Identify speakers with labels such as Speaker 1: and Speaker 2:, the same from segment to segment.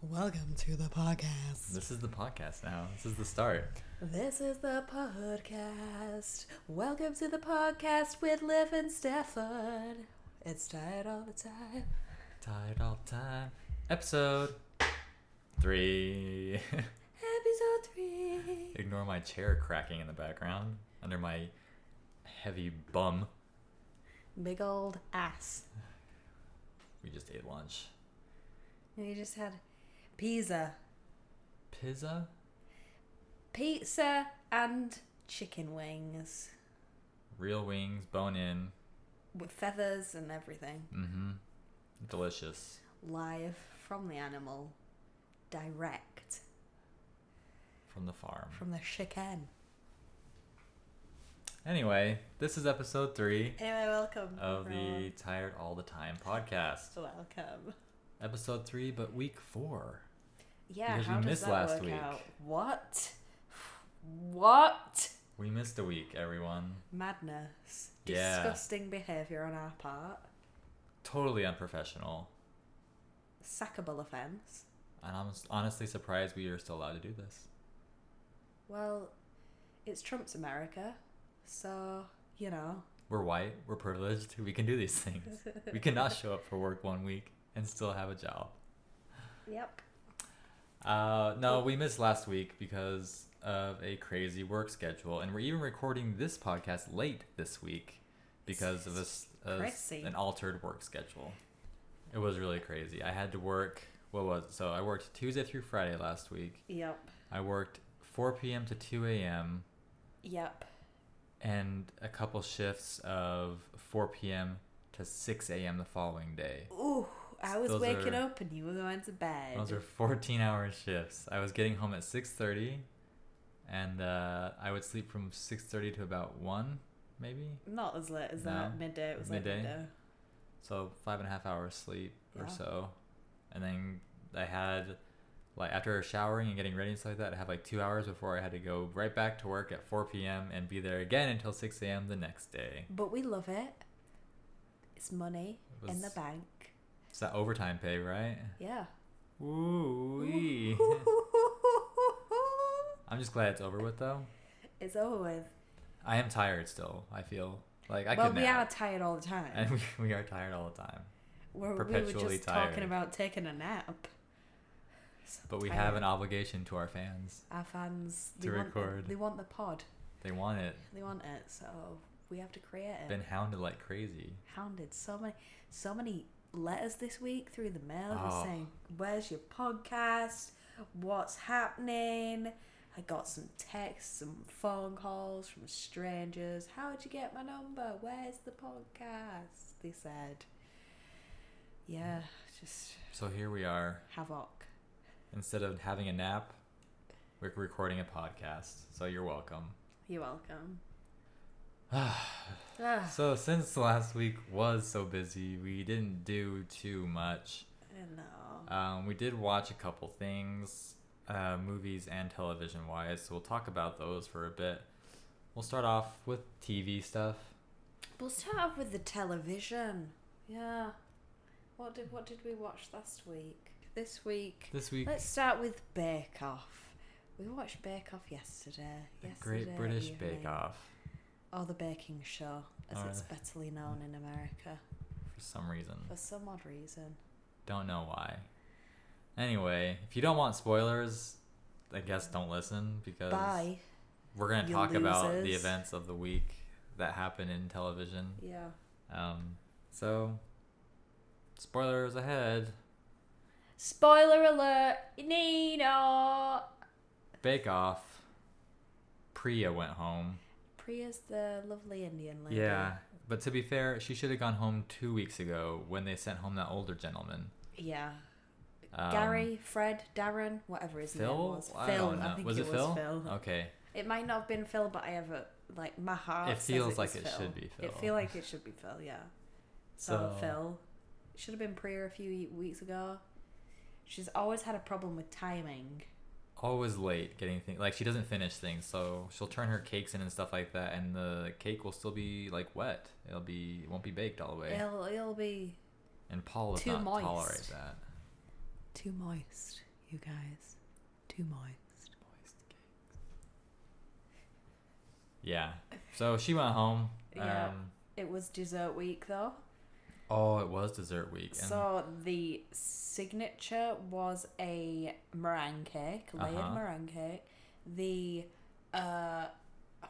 Speaker 1: Welcome to the podcast.
Speaker 2: This is the podcast now. This is the start.
Speaker 1: This is the podcast. Welcome to the podcast with Liv and Stefan. It's tired all the time.
Speaker 2: Tired all time. Episode three.
Speaker 1: Episode three.
Speaker 2: Ignore my chair cracking in the background under my heavy bum.
Speaker 1: Big old ass.
Speaker 2: We just ate lunch.
Speaker 1: We just had pizza,
Speaker 2: Pizza?
Speaker 1: pizza, and chicken wings
Speaker 2: Real wings, bone in.
Speaker 1: with feathers and everything.
Speaker 2: Mm hmm. Delicious.
Speaker 1: Live from the animal, direct
Speaker 2: From the farm.
Speaker 1: from the chicken.
Speaker 2: Anyway, this is episode three
Speaker 1: Anyway, welcome.
Speaker 2: of the
Speaker 1: everyone.
Speaker 2: Tired All the Time podcast.
Speaker 1: welcome.
Speaker 2: Episode three, but week four.
Speaker 1: Yeah,
Speaker 2: Because we
Speaker 1: how does
Speaker 2: missed
Speaker 1: that
Speaker 2: last
Speaker 1: work
Speaker 2: week.
Speaker 1: out? What? What?
Speaker 2: We missed a week, everyone.
Speaker 1: Madness.
Speaker 2: Yeah.
Speaker 1: Disgusting behaviour on our part.
Speaker 2: Totally unprofessional.
Speaker 1: Sackable offence.
Speaker 2: And I'm s- honestly surprised we are still allowed to do this.
Speaker 1: Well, it's Trump's America, so you know.
Speaker 2: We're white, we're privileged, we can do these things. we cannot show up for work one week and still have a job.
Speaker 1: Yep.
Speaker 2: Uh, no, we missed last week because of a crazy work schedule, and we're even recording this podcast late this week because of a s- a s-
Speaker 1: Crazy.
Speaker 2: an altered work schedule. It was really crazy. I had to work. What was it? so? I worked Tuesday through Friday last week.
Speaker 1: Yep.
Speaker 2: I worked 4 p.m. to 2 a.m.
Speaker 1: Yep.
Speaker 2: and a couple shifts of 4 p.m. to 6 a.m. the following day.
Speaker 1: Ooh, I was
Speaker 2: Those
Speaker 1: waking
Speaker 2: are-
Speaker 1: up and you were going to bed.
Speaker 2: Those are 14-hour shifts. I was getting home at 6:30, and uh, I would sleep from 6:30 to about one, maybe.
Speaker 1: Not as late as
Speaker 2: No.
Speaker 1: that. Midday. It was
Speaker 2: Midday.
Speaker 1: like midday.
Speaker 2: So five and a half hours sleep
Speaker 1: Yeah.
Speaker 2: or so, and then I had like after showering and getting ready and stuff like that, I had like two hours before I had to go right back to work at 4 p.m. and be there again until 6 a.m. the next day.
Speaker 1: But we love it. It's money
Speaker 2: It
Speaker 1: in the
Speaker 2: was-
Speaker 1: bank.
Speaker 2: It's that overtime pay, right?
Speaker 1: Yeah.
Speaker 2: Ooh. I'm just glad it's over with though.
Speaker 1: it's over with.
Speaker 2: I am tired still. I feel like I
Speaker 1: well,
Speaker 2: could
Speaker 1: we are
Speaker 2: nap,
Speaker 1: tired all the time.
Speaker 2: and we, we are tired all the time.
Speaker 1: We're, we were
Speaker 2: perpetually
Speaker 1: just talking
Speaker 2: tired.
Speaker 1: about taking a nap. So
Speaker 2: But we
Speaker 1: tired.
Speaker 2: have an obligation to our fans.
Speaker 1: Our fans they
Speaker 2: to
Speaker 1: want
Speaker 2: record.
Speaker 1: The, they want the pod.
Speaker 2: They want it.
Speaker 1: They want it, so we have to create it.
Speaker 2: Been hounded like crazy.
Speaker 1: Hounded so many, so many letters this week through the mail just
Speaker 2: Oh.
Speaker 1: saying, "Where's your podcast? What's happening?" I got some texts, some phone calls from strangers. How did you get my number? Where's the podcast? They said. Yeah, just
Speaker 2: So here we are.
Speaker 1: havoc.
Speaker 2: Instead of having a nap, we're recording a podcast. So you're welcome.
Speaker 1: You're welcome. ah,
Speaker 2: So since last week was so busy, we didn't do too much.
Speaker 1: no.
Speaker 2: Um, we did watch a couple things, uh, movies and television wise, so we'll talk about those for a bit. We'll start off with TV stuff.
Speaker 1: We'll start off with the television. Yeah. What did what did we watch last week? This week.
Speaker 2: This week,
Speaker 1: Let's start with Bake Off. We watched Bake Off yesterday.
Speaker 2: the
Speaker 1: yesterday
Speaker 2: Great British
Speaker 1: evening.
Speaker 2: Bake Off. Oh,
Speaker 1: Or the Baking Show, as
Speaker 2: Or
Speaker 1: it's
Speaker 2: the-
Speaker 1: betterly known in America.
Speaker 2: For some reason,
Speaker 1: For some odd reason.
Speaker 2: don't know why. Anyway, if you don't want spoilers, I guess don't listen because
Speaker 1: Bye.
Speaker 2: we're gonna
Speaker 1: you
Speaker 2: talk about the
Speaker 1: losers.
Speaker 2: events of the week that happened in television.
Speaker 1: Yeah.
Speaker 2: Um, so spoilers ahead.
Speaker 1: Spoiler alert, Nina.
Speaker 2: Bake Off. Priya went home.
Speaker 1: Priya's the lovely Indian lady.
Speaker 2: Yeah, but to be fair, she should have gone home two weeks ago when they sent home that older gentleman.
Speaker 1: Yeah.
Speaker 2: Um,
Speaker 1: Gary, Fred, Darren, whatever his name
Speaker 2: Phil?
Speaker 1: was.
Speaker 2: I
Speaker 1: Phil,
Speaker 2: don't
Speaker 1: I
Speaker 2: know.
Speaker 1: think
Speaker 2: Was
Speaker 1: it,
Speaker 2: it Phil?
Speaker 1: was Phil.
Speaker 2: Okay,
Speaker 1: It might not have been Phil, but I have a like my heart.
Speaker 2: It
Speaker 1: says
Speaker 2: feels
Speaker 1: was
Speaker 2: like it
Speaker 1: Phil.
Speaker 2: should be Phil.
Speaker 1: It feel like it should be Phil, yeah. So,
Speaker 2: So-
Speaker 1: Phil It should have been Priya a few weeks ago. She's always had a problem with timing.
Speaker 2: always late getting things. Like she doesn't finish things, so she'll turn her cakes in and stuff like that, and the cake will still be like wet. It'll be it won't be baked all the way.
Speaker 1: It'll it'll be
Speaker 2: and Paul does
Speaker 1: too
Speaker 2: not
Speaker 1: moist.
Speaker 2: tolerate that.
Speaker 1: too moist. you guys. Too moist.
Speaker 2: Moist cakes. Yeah. So she went home.
Speaker 1: Yeah.
Speaker 2: Um,
Speaker 1: It was dessert week though.
Speaker 2: oh, it was dessert week. And
Speaker 1: So the signature was a meringue cake, layered
Speaker 2: Uh-huh.
Speaker 1: meringue cake. The uh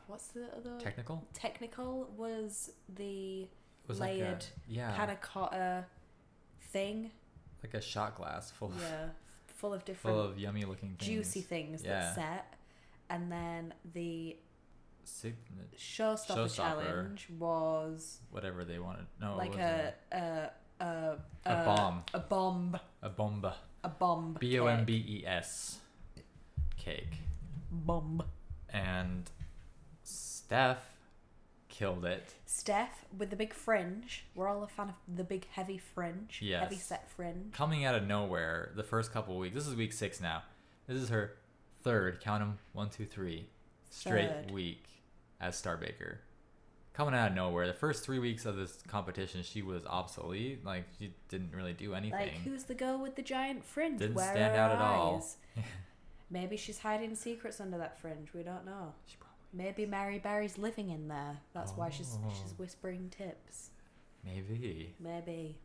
Speaker 1: what's the other
Speaker 2: technical
Speaker 1: technical was the
Speaker 2: It was Like
Speaker 1: layered
Speaker 2: a, yeah.
Speaker 1: panna cotta thing.
Speaker 2: like a shot glass full of
Speaker 1: Yeah. Full of different
Speaker 2: full of yummy looking things.
Speaker 1: juicy things
Speaker 2: Yeah.
Speaker 1: that set. And then the
Speaker 2: Signa-
Speaker 1: showstopper,
Speaker 2: Showstopper.
Speaker 1: challenge was
Speaker 2: whatever they wanted. No, it
Speaker 1: like
Speaker 2: wasn't.
Speaker 1: a, a a
Speaker 2: A bomb.
Speaker 1: a bomb,
Speaker 2: a bomba.
Speaker 1: a bomb,
Speaker 2: B O M B E S cake.
Speaker 1: bomb.
Speaker 2: And Steph killed it.
Speaker 1: Steph with the big fringe. We're all a fan of the big heavy fringe,
Speaker 2: Yes.
Speaker 1: heavy set fringe.
Speaker 2: Coming out of nowhere the first couple weeks. This is week six now. This is her third, count 'em, one, two, three, straight
Speaker 1: Third.
Speaker 2: week as Star Baker. Coming out of nowhere, the first three weeks of this competition, she was obsolete. Like, she didn't really do anything.
Speaker 1: Like who's the girl with the giant fringe?
Speaker 2: Didn't
Speaker 1: Where
Speaker 2: stand
Speaker 1: are
Speaker 2: out
Speaker 1: her
Speaker 2: at all.
Speaker 1: eyes? Maybe she's hiding secrets under that fringe. We don't know.
Speaker 2: She probably,
Speaker 1: Maybe Mary Barry's living in there. That's why she's
Speaker 2: Oh.
Speaker 1: she's whispering tips.
Speaker 2: maybe.
Speaker 1: Maybe.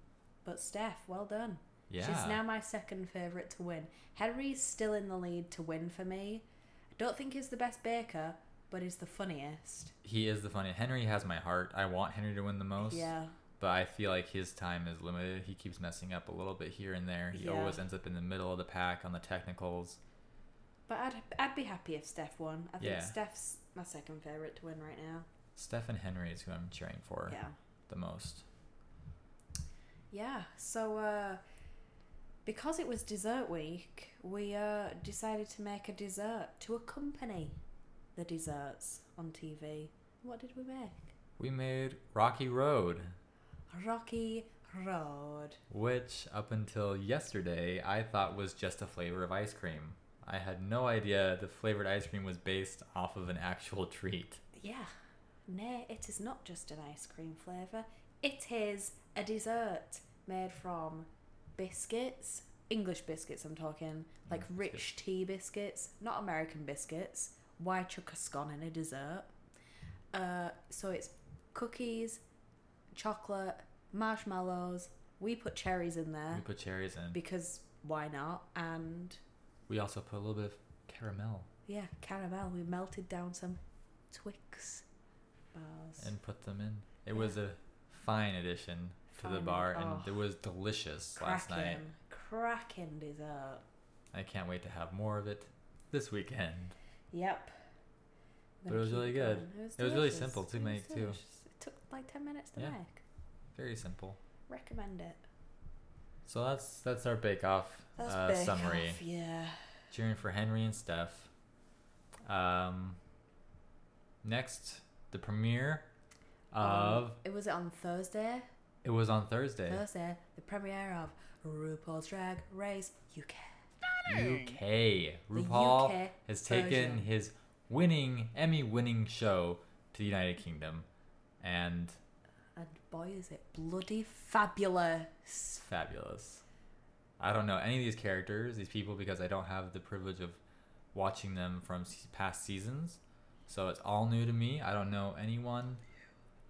Speaker 1: But Steph, well done.
Speaker 2: Yeah.
Speaker 1: She's now my second favourite to win. Henry's still in the lead to win for me. I don't think he's the best baker, but he's the funniest.
Speaker 2: he is the funniest. Henry has my heart. I want Henry to win the most.
Speaker 1: Yeah.
Speaker 2: But I feel like his time is limited. He keeps messing up a little bit here and there. He
Speaker 1: Yeah.
Speaker 2: always ends up in the middle of the pack on the technicals.
Speaker 1: But I'd, I'd be happy if Steph won. I think
Speaker 2: Yeah.
Speaker 1: Steph's my second favourite to win right now.
Speaker 2: Steph and Henry is who I'm cheering for
Speaker 1: Yeah.
Speaker 2: the most.
Speaker 1: Yeah. So, uh, because it was dessert week, we uh, decided to make a dessert to accompany the desserts on TV. What did we make?
Speaker 2: We made Rocky Road,
Speaker 1: Rocky Road.
Speaker 2: which up until yesterday I thought was just a flavor of ice cream. I had no idea the flavored ice cream was based off of an actual treat.
Speaker 1: Yeah. Nay, it is not just an ice cream flavour. It is a dessert made from biscuits, English biscuits I'm talking, like
Speaker 2: English
Speaker 1: rich tea biscuits, not American biscuits. Why chuck a scone in a dessert? Uh, so it's cookies, chocolate, marshmallows. We put cherries in
Speaker 2: We
Speaker 1: there
Speaker 2: put cherries in.
Speaker 1: because why not? And
Speaker 2: We also put a little bit of caramel
Speaker 1: yeah, caramel. We melted down some Twix bars.
Speaker 2: and put them in. It was a fine addition to the
Speaker 1: Fine,
Speaker 2: bar, and
Speaker 1: oh.
Speaker 2: it was delicious last
Speaker 1: cracking,
Speaker 2: night.
Speaker 1: cracking dessert.
Speaker 2: I can't wait to have more of it this weekend.
Speaker 1: Yep.
Speaker 2: But it was
Speaker 1: Gonna
Speaker 2: really
Speaker 1: keep
Speaker 2: good.
Speaker 1: going. It was,
Speaker 2: It was really
Speaker 1: delicious.
Speaker 2: simple to
Speaker 1: It was
Speaker 2: make, too.
Speaker 1: delicious. It took like ten minutes to
Speaker 2: Yeah.
Speaker 1: make.
Speaker 2: Very simple.
Speaker 1: Recommend it.
Speaker 2: So that's that's our Bake Off
Speaker 1: That's
Speaker 2: uh,
Speaker 1: big
Speaker 2: summary.
Speaker 1: off, yeah.
Speaker 2: Cheering for Henry and Steph. Um, next, the premiere of
Speaker 1: Um, it was on Thursday.
Speaker 2: it was on Thursday,
Speaker 1: Thursday, the premiere of RuPaul's Drag Race UK.
Speaker 2: UK.
Speaker 1: The
Speaker 2: RuPaul
Speaker 1: UK
Speaker 2: has taken
Speaker 1: version.
Speaker 2: his winning Emmy-winning show to the United Kingdom, and
Speaker 1: And boy, is it bloody fabulous!
Speaker 2: fabulous. I don't know any of these characters, these people, because I don't have the privilege of watching them from s- past seasons. So it's all new to me. I don't know anyone.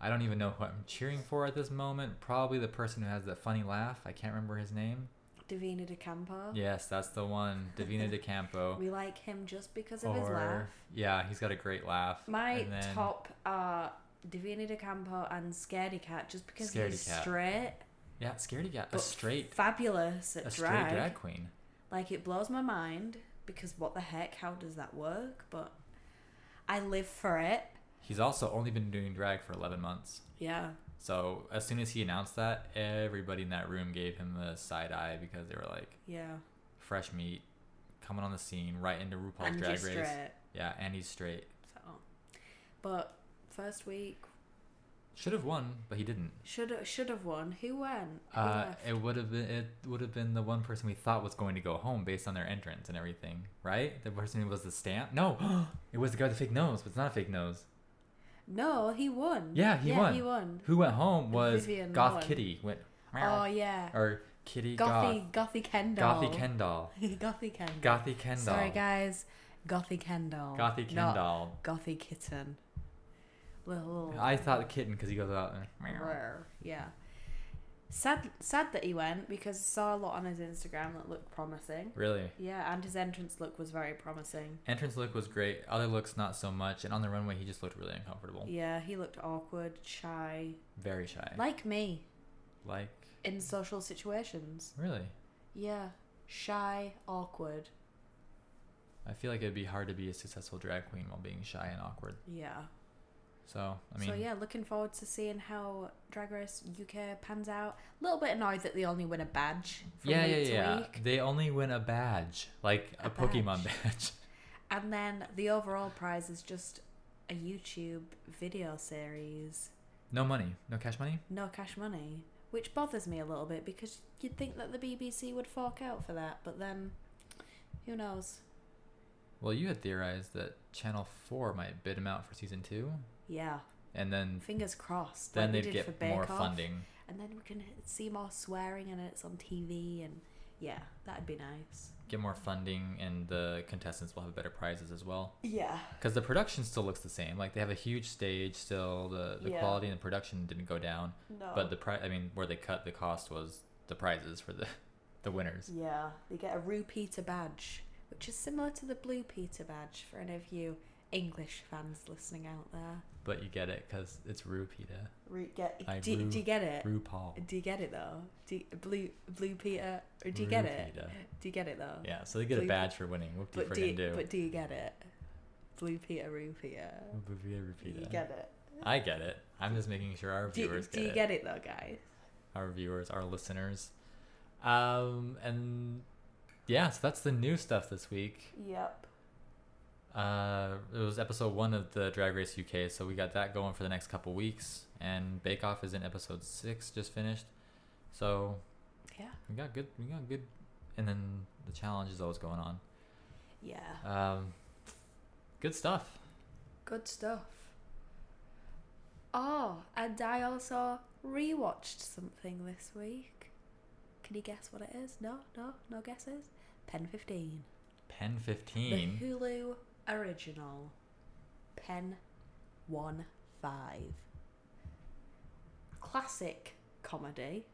Speaker 2: I don't even know who I'm cheering for at this moment. Probably the person who has that funny laugh. I can't remember his name.
Speaker 1: Davina De Campo.
Speaker 2: Yes, that's the one, Davina De Campo.
Speaker 1: We like him just because of his laugh.
Speaker 2: yeah, he's got a great laugh.
Speaker 1: My
Speaker 2: And then-
Speaker 1: top are Davina De Campo and Scaredy Cat, just because
Speaker 2: Scaredy
Speaker 1: he's
Speaker 2: Cat.
Speaker 1: straight,
Speaker 2: Yeah, scaredy cat. A
Speaker 1: but
Speaker 2: straight,
Speaker 1: fabulous at
Speaker 2: a straight
Speaker 1: drag.
Speaker 2: drag queen.
Speaker 1: Like it blows my mind because what the heck? How does that work? But I live for it.
Speaker 2: He's also only been doing drag for 11 months.
Speaker 1: Yeah,
Speaker 2: So as soon as he announced that, everybody in that room gave him a side eye because they were like,
Speaker 1: yeah.
Speaker 2: fresh meat, coming on the scene, right into RuPaul's
Speaker 1: and
Speaker 2: Drag
Speaker 1: just
Speaker 2: Race.
Speaker 1: straight.
Speaker 2: Yeah, and he's straight.
Speaker 1: So, but first week
Speaker 2: Should have won, but he didn't.
Speaker 1: should should have won. Who won? Who
Speaker 2: Uh,
Speaker 1: left?
Speaker 2: it would have been it would have been the one person we thought was going to go home based on their entrance and everything, right? The person who was the stamp. No, it was the guy with the fake nose, but it's not a fake nose.
Speaker 1: no, he won.
Speaker 2: Yeah, he won.
Speaker 1: Mm. He won.
Speaker 2: Who went home was
Speaker 1: Vivian
Speaker 2: Goth
Speaker 1: won.
Speaker 2: Kitty went.
Speaker 1: Oh
Speaker 2: meow
Speaker 1: yeah.
Speaker 2: Or Kitty
Speaker 1: Gothy, Gothy Kendall.
Speaker 2: Goth. Gothy Kendall.
Speaker 1: Gothy Kendall.
Speaker 2: Gothy Kendall.
Speaker 1: Sorry, guys. Gothy Kendall.
Speaker 2: Gothy
Speaker 1: not
Speaker 2: Kendall.
Speaker 1: Gothy kitten. Little.
Speaker 2: I thought kitten because he goes out and meow.
Speaker 1: Rare. Yeah. Sad, sad that he went because I saw a lot on his Instagram that looked promising.
Speaker 2: Really?
Speaker 1: Yeah, and his entrance look was very promising.
Speaker 2: Entrance look was great. Other looks not so much. And on the runway, he just looked really uncomfortable.
Speaker 1: Yeah, he looked awkward, shy,
Speaker 2: Very shy.
Speaker 1: like me
Speaker 2: Like,
Speaker 1: in social situations.
Speaker 2: really?
Speaker 1: Yeah, shy, awkward.
Speaker 2: I feel like it'd be hard to be a successful drag queen while being shy and awkward.
Speaker 1: Yeah.
Speaker 2: So I mean,
Speaker 1: so yeah, looking forward to seeing how Drag Race UK pans out. A little bit annoyed that they only win a badge from
Speaker 2: yeah, yeah,
Speaker 1: week to
Speaker 2: yeah.
Speaker 1: week.
Speaker 2: They only win a badge, like a,
Speaker 1: A
Speaker 2: Pokemon badge.
Speaker 1: And then the overall prize is just a YouTube video series.
Speaker 2: no money, no cash money.
Speaker 1: No cash money. Which bothers me a little bit because you'd think that the BBC would fork out for that, but then who knows?
Speaker 2: Well, you had theorized that Channel Four might bid him out for season two,
Speaker 1: Yeah.
Speaker 2: and then
Speaker 1: Fingers crossed.
Speaker 2: Mm. then
Speaker 1: like we
Speaker 2: they'd
Speaker 1: did for
Speaker 2: get
Speaker 1: Bake
Speaker 2: more
Speaker 1: Off.
Speaker 2: funding.
Speaker 1: And then we can see more swearing and it's on TV and yeah, that'd be nice.
Speaker 2: Get more funding, and the contestants will have better prizes as well.
Speaker 1: Yeah.
Speaker 2: Because the production still looks the same. Like they have a huge stage still. The the
Speaker 1: Yeah. Oh.
Speaker 2: quality and the production didn't go down,
Speaker 1: No.
Speaker 2: but the pri- I mean, where they cut the cost was the prizes for the the winners.
Speaker 1: Yeah, they get a Rue Peter badge, which is similar to the Blue Peter badge for any of you English fans listening out there.
Speaker 2: But you get it because it's Rupita,
Speaker 1: Ru- get,
Speaker 2: I
Speaker 1: do,
Speaker 2: Rue-
Speaker 1: do you get it?
Speaker 2: RuPaul.
Speaker 1: Do you get it though? Do you, Blue Blue Peter? Or do you get it?
Speaker 2: Rupita.
Speaker 1: Do you get it though?
Speaker 2: Yeah, so they get a
Speaker 1: Blue-
Speaker 2: badge for winning. What do you
Speaker 1: But do, you,
Speaker 2: friggin' do?
Speaker 1: but do you get it? Blue Peter, Rue Peter.
Speaker 2: Rupita, Rupita.
Speaker 1: You get it.
Speaker 2: I get it. I'm just making sure our
Speaker 1: Do, you-
Speaker 2: viewers
Speaker 1: do you
Speaker 2: get, it.
Speaker 1: get it though, guys?
Speaker 2: Our viewers, our listeners. Um, and yeah, so that's the new stuff this week.
Speaker 1: Yep.
Speaker 2: Uh, it was episode one of the Drag Race UK, so we got that going for the next couple weeks. And Bake Off is in episode six, just finished. So
Speaker 1: Yeah.
Speaker 2: we got good. We got good. And then the challenge is always going on.
Speaker 1: Yeah.
Speaker 2: Um, good stuff.
Speaker 1: Good stuff. Oh, and I also rewatched something this week. Can you guess what it is? No, no, no guesses. Pen 15.
Speaker 2: Pen
Speaker 1: The
Speaker 2: fifteen.
Speaker 1: Hulu original. Pen 1 5. Classic comedy.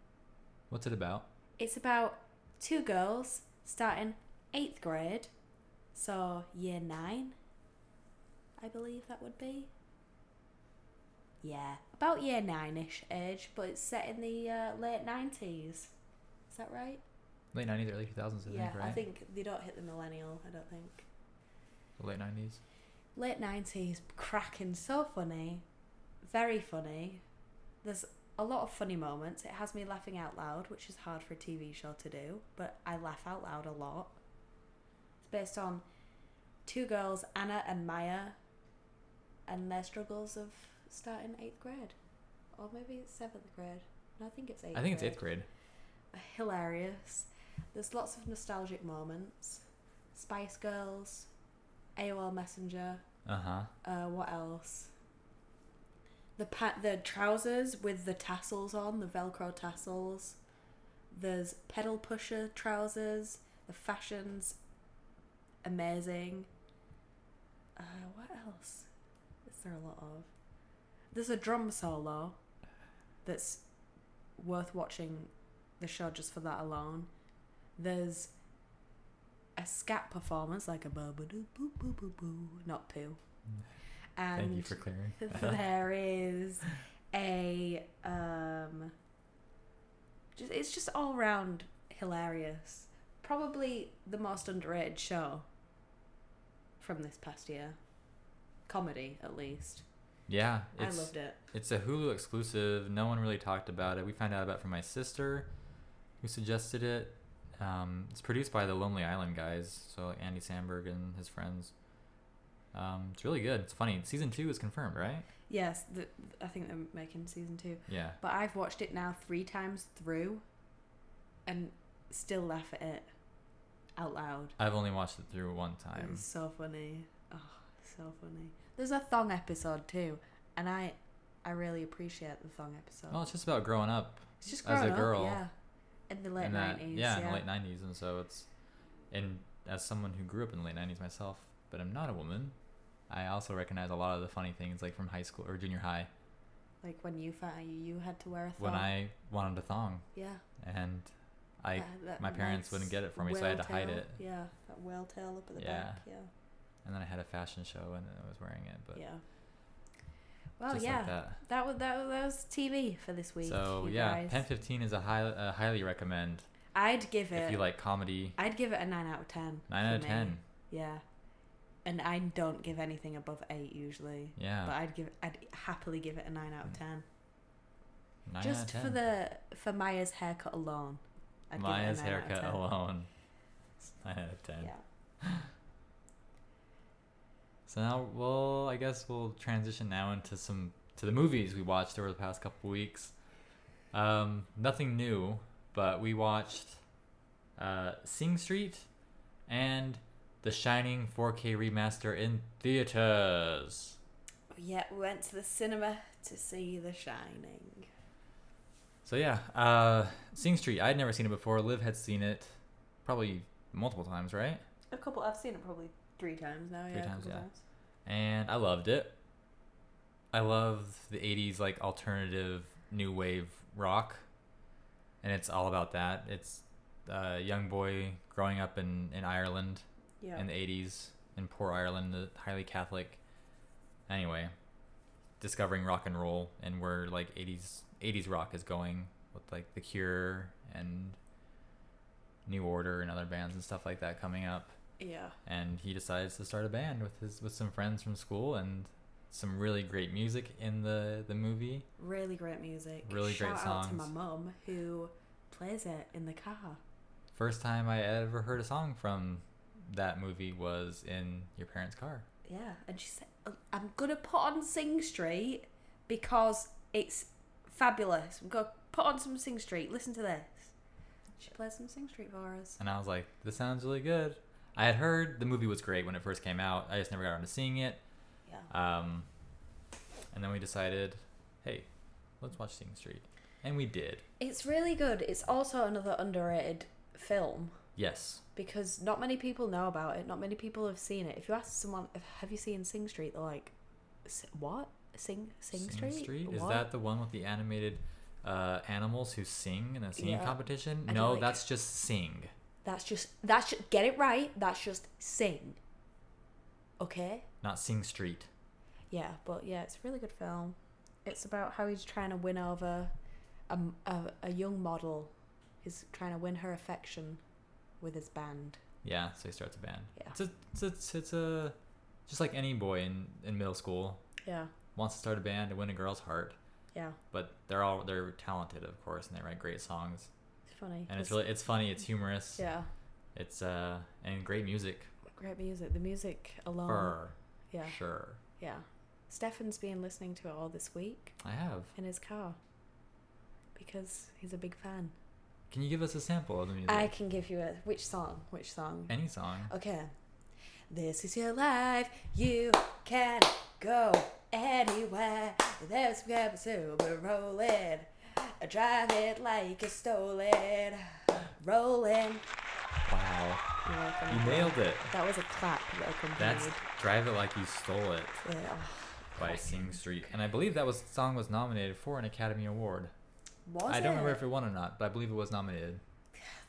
Speaker 2: What's it about?
Speaker 1: It's about two girls starting eighth grade, so year nine, I believe that would be. Yeah, about year nine ish age, but it's set in the uh, late 90s. Is that right?
Speaker 2: Late nineties, early two thousands. I
Speaker 1: yeah,
Speaker 2: think, right?
Speaker 1: I think they don't hit the millennial, I don't think.
Speaker 2: The late nineties.
Speaker 1: Late 90s, cracking, so funny, very funny. There's a lot of funny moments. It has me laughing out loud, which is hard for a TV show to do, but I laugh out loud a lot. It's based on two girls, Anna and Maya, and their struggles of starting eighth grade. Or maybe it's seventh grade. No, I think it's eighth
Speaker 2: I think it's eighth grade.
Speaker 1: hilarious. There's lots of nostalgic moments. Spice Girls, AOL Messenger,
Speaker 2: Uh huh.
Speaker 1: uh, what else? The pa- the trousers with the tassels on, the Velcro tassels. There's pedal pusher trousers. The fashion's amazing. Uh, what else? Is there a lot of? There's a drum solo that's worth watching the show just for that alone. There's a scat performance, like a boo boo boo boo boo boo, not poo. And
Speaker 2: Thank you for clearing.
Speaker 1: there is a um just it's just all round hilarious probably the most underrated show from this past year comedy at least
Speaker 2: yeah, it's
Speaker 1: i loved it
Speaker 2: it's a Hulu exclusive. No one really talked about it. We found out about it from my sister, who suggested it. Um, it's produced by the Lonely Island guys, so like Andy Samberg and his friends. Um, it's really good. It's funny. Season two is confirmed, right?
Speaker 1: yes the, i think they're making season two
Speaker 2: Yeah.
Speaker 1: but i've watched it now three times through and still laugh at it out loud
Speaker 2: I've only watched it through one time.
Speaker 1: It's so funny. Oh, so funny. There's a thong episode too, and I, I really appreciate the thong episode.
Speaker 2: Well, it's just about growing up
Speaker 1: it's just
Speaker 2: Oh, as
Speaker 1: growing
Speaker 2: a girl.
Speaker 1: up, yeah. in the late
Speaker 2: in that-
Speaker 1: nineties.
Speaker 2: yeah,
Speaker 1: Yeah,
Speaker 2: in the late nineties, and so it's, and as someone who grew up in the late nineties myself, but I'm not a woman, I also recognize a lot of the funny things like from high school or junior high
Speaker 1: like when you found you had to wear a thong.
Speaker 2: when I wanted a thong
Speaker 1: yeah,
Speaker 2: and I
Speaker 1: that- that
Speaker 2: my parents
Speaker 1: nice
Speaker 2: wouldn't get it for me, so I had to
Speaker 1: whale
Speaker 2: hide
Speaker 1: tail.
Speaker 2: it.
Speaker 1: Yeah, that whale tail up at the
Speaker 2: Yeah.
Speaker 1: back. Yeah,
Speaker 2: and then I had a fashion show and I was wearing it, but
Speaker 1: yeah. Well,
Speaker 2: just
Speaker 1: yeah,
Speaker 2: like
Speaker 1: that.
Speaker 2: that.
Speaker 1: was that was that was TV for this week.
Speaker 2: so
Speaker 1: you
Speaker 2: yeah,
Speaker 1: guys.
Speaker 2: ten fifteen is a high a highly recommend
Speaker 1: I'd give
Speaker 2: if
Speaker 1: it.
Speaker 2: you like comedy.
Speaker 1: I'd give it a nine out of ten.
Speaker 2: Nine
Speaker 1: for
Speaker 2: out of
Speaker 1: me.
Speaker 2: ten.
Speaker 1: Yeah, and I don't give anything above eight usually.
Speaker 2: Yeah, Mm.
Speaker 1: But I'd give I'd happily give it a nine out of ten.
Speaker 2: nine out
Speaker 1: Just
Speaker 2: of ten.
Speaker 1: for the for Maya's haircut alone. I'd
Speaker 2: Maya's
Speaker 1: give it a nine out of
Speaker 2: haircut
Speaker 1: 10.
Speaker 2: alone. Nine out of ten.
Speaker 1: Yeah.
Speaker 2: So now, well, I guess we'll transition now into some to the movies we watched over the past couple weeks. Um, nothing new, but we watched uh, Sing Street and The Shining 4K remaster in theaters.
Speaker 1: Yeah, we went to the cinema to see The Shining.
Speaker 2: So yeah, uh, Sing Street. I'd never seen it before. Liv had seen it probably multiple times, right?
Speaker 1: A couple I've seen it probably three times now,
Speaker 2: Three
Speaker 1: yeah. a
Speaker 2: times,
Speaker 1: couple
Speaker 2: yeah. and I loved it. I loved the 80s like alternative new wave rock and it's all about that. It's a young boy growing up in in Ireland
Speaker 1: Yeah.
Speaker 2: in the 80s in poor Ireland, uh, highly Catholic. Anyway, discovering rock and roll and where like 80s 80s rock is going with like The Cure and New Order and other bands and stuff like that coming up
Speaker 1: yeah.
Speaker 2: and he decides to start a band with his with some friends from school and some really great music in the the movie.
Speaker 1: Really great music.
Speaker 2: Really
Speaker 1: Shout
Speaker 2: great
Speaker 1: out to my
Speaker 2: songs.
Speaker 1: mum who plays it in the car.
Speaker 2: First time I ever heard a song from that movie was in your parents' car.
Speaker 1: Yeah, and she said, "Oh, "I'm gonna put on Sing Street because it's fabulous. I'm gonna put on some Sing Street. Listen to this." She plays some Sing Street for us.
Speaker 2: And I was like, this sounds really good. I had heard the movie was great when it first came out. I just never got around to seeing it.
Speaker 1: Yeah,
Speaker 2: Um, and then we decided, hey, let's watch Sing Street. And we did.
Speaker 1: it's really good. It's also another underrated film
Speaker 2: Yes.
Speaker 1: because not many people know about it. Not many people have seen it. If you ask someone, "If- "Have you seen Sing Street?" They're like, "S- "What? Sing Sing, Street?
Speaker 2: Is
Speaker 1: What?"
Speaker 2: that the one with the animated uh, animals who sing in a singing
Speaker 1: Yeah.
Speaker 2: competition?
Speaker 1: I
Speaker 2: No,
Speaker 1: don't like
Speaker 2: that's just sing.
Speaker 1: That's just that's just, get it right. That's just sing. Okay.
Speaker 2: not Sing Street.
Speaker 1: Yeah, but yeah, it's a really good film. It's about how he's trying to win over a, m- a- a young model. He's trying to win her affection with his band.
Speaker 2: Yeah, so he starts a band.
Speaker 1: Yeah.
Speaker 2: It's a, it's, it's, it's a just like any boy in, in middle school
Speaker 1: Yeah,
Speaker 2: wants to start a band and win a girl's heart,
Speaker 1: yeah.
Speaker 2: but they're all they're talented, of course, and they write great songs.
Speaker 1: It's funny.
Speaker 2: And it's really it's funny, it's humorous.
Speaker 1: yeah,
Speaker 2: It's uh and great music
Speaker 1: great music. The music alone.
Speaker 2: for
Speaker 1: Yeah,
Speaker 2: sure.
Speaker 1: yeah. Stefan's been listening to it all this week
Speaker 2: I have.
Speaker 1: in his car because he's a big fan.
Speaker 2: Can you give us a sample of the music?
Speaker 1: I can give you a which song? Which song?
Speaker 2: any song.
Speaker 1: Okay. This is your life. You can go anywhere. There's grab super rolling. Drive it like it's stolen. Rolling.
Speaker 2: Wow.
Speaker 1: You're welcome.
Speaker 2: You nailed it.
Speaker 1: That was a clap that accompanied.
Speaker 2: That's Drive It Like You Stole It
Speaker 1: Yeah.
Speaker 2: by Sing Street. And I believe that was song was nominated for an Academy Award.
Speaker 1: Was
Speaker 2: I don't
Speaker 1: it?
Speaker 2: remember if it won or not, but I believe it was nominated.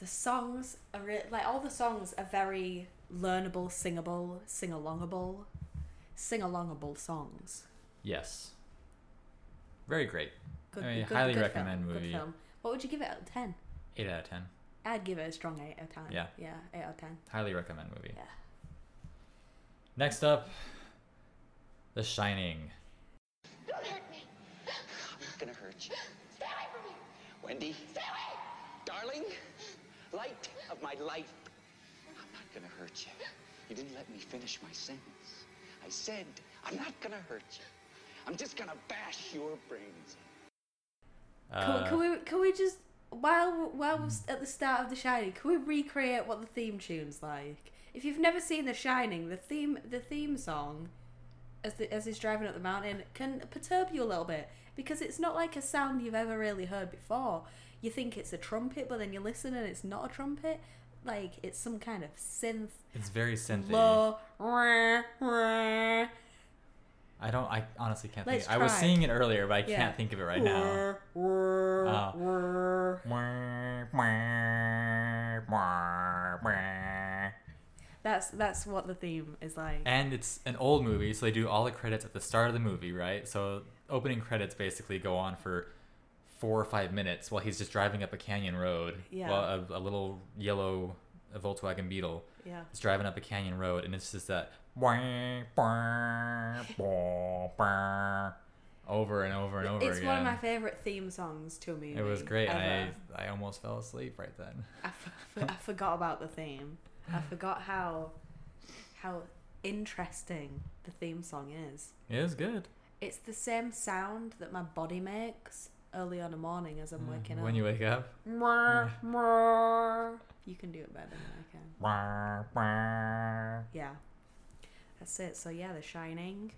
Speaker 1: the songs are re- like all the songs are very learnable, singable, sing alongable, sing alongable songs.
Speaker 2: Yes. Very great.
Speaker 1: Good,
Speaker 2: I mean,
Speaker 1: good,
Speaker 2: highly
Speaker 1: good
Speaker 2: recommend
Speaker 1: film,
Speaker 2: movie.
Speaker 1: Good film. What would you give it out of ten?
Speaker 2: Eight out of ten.
Speaker 1: I'd give it a strong eight out of ten.
Speaker 2: Yeah.
Speaker 1: Yeah, eight out of ten.
Speaker 2: Highly recommend movie.
Speaker 1: Yeah.
Speaker 2: Next up, The Shining.
Speaker 3: Don't hurt me.
Speaker 4: I'm not gonna hurt you.
Speaker 3: Stay away from me.
Speaker 4: Wendy,
Speaker 3: Stay away.
Speaker 4: darling, light of my life. I'm not gonna hurt you. You didn't let me finish my sentence. I said, I'm not gonna hurt you. I'm just gonna bash your brains in.
Speaker 2: Uh, Hmm.
Speaker 1: Can, can we can we just while while we're s- at the start of The Shining, can we recreate what the theme tune's like? If you've never seen The Shining, the theme the theme song, as the, as he's driving up the mountain, can perturb you a little bit because it's not like a sound you've ever really heard before. you think it's a trumpet, but then you listen and it's not a trumpet. Like it's some kind of synth
Speaker 2: It's very synthy.
Speaker 1: low. rah, rah,
Speaker 2: I don't. I honestly can't
Speaker 1: Let's
Speaker 2: think. I was
Speaker 1: try.
Speaker 2: seeing it earlier, but I
Speaker 1: Yeah.
Speaker 2: can't think of it right now.
Speaker 1: rah, rah,
Speaker 2: Oh.
Speaker 1: rah. That's that's what the theme is like.
Speaker 2: And it's an old movie, so they do all the credits at the start of the movie, right? So opening credits basically go on for four or five minutes while he's just driving up a canyon road.
Speaker 1: Yeah.
Speaker 2: While a, a little yellow Volkswagen Beetle
Speaker 1: Yeah.
Speaker 2: is driving up a canyon road, and it's just that over and over and over
Speaker 1: it's
Speaker 2: again.
Speaker 1: one of my favorite theme songs to a movie.
Speaker 2: It was great. and
Speaker 1: ever.
Speaker 2: I I almost fell asleep right then.
Speaker 1: I, f- I forgot about the theme. I forgot how how interesting the theme song is.
Speaker 2: It was good.
Speaker 1: It's the same sound that my body makes early on in the morning as I'm waking
Speaker 2: Mm, when you
Speaker 1: up.
Speaker 2: wake up.
Speaker 1: Mwah, mwah. You can do it better than I can.
Speaker 2: The
Speaker 1: Yeah. That's it. So yeah, The Shining.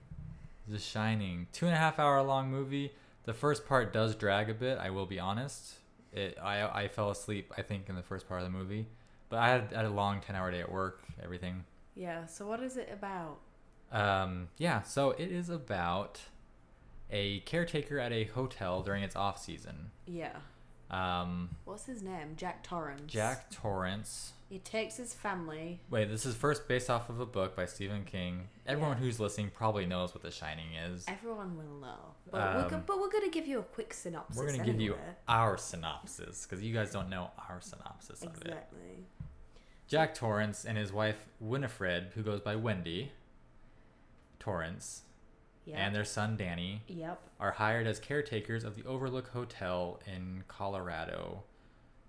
Speaker 2: Shining, two and a half hour long movie. The first part does drag a bit. I will be honest. It I I fell asleep I think in the first part of the movie, but I had, had a long ten hour day at work. Everything.
Speaker 1: Yeah. So what is it about?
Speaker 2: Um, yeah, so it is about a caretaker at a hotel during its off season.
Speaker 1: Yeah.
Speaker 2: Um,
Speaker 1: What's his name? Jack Torrance.
Speaker 2: Jack Torrance
Speaker 1: He takes his family.
Speaker 2: Wait, this is first based off of a book by Stephen King. Everyone who's listening probably knows what The Shining is.
Speaker 1: Everyone will know, but we're go-
Speaker 2: Um,
Speaker 1: but we're gonna give you a quick synopsis.
Speaker 2: We're going to give you
Speaker 1: anyway.
Speaker 2: our synopsis because you guys don't know our synopsis of it.
Speaker 1: Exactly.
Speaker 2: Jack Torrance and his wife Winifred, who goes by Wendy Torrance,
Speaker 1: Yep.
Speaker 2: and their son Danny
Speaker 1: yep.
Speaker 2: are hired as caretakers of the Overlook Hotel in Colorado.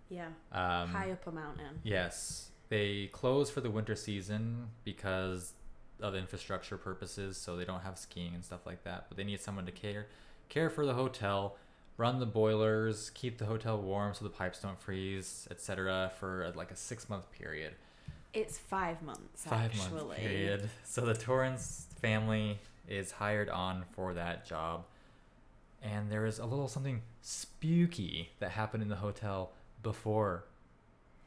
Speaker 1: Yeah.
Speaker 2: Um,
Speaker 1: High up a mountain.
Speaker 2: Yes. They close for the winter season because of infrastructure purposes, so they don't have skiing and stuff like that. But they need someone to care care for the hotel, run the boilers, keep the hotel warm so the pipes don't freeze, etc. for uh, like a 6-month period.
Speaker 1: It's five months.
Speaker 2: 5-month
Speaker 1: actually.
Speaker 2: period. So the Torrance family is hired on for that job. And there is a little something spooky that happened in the hotel before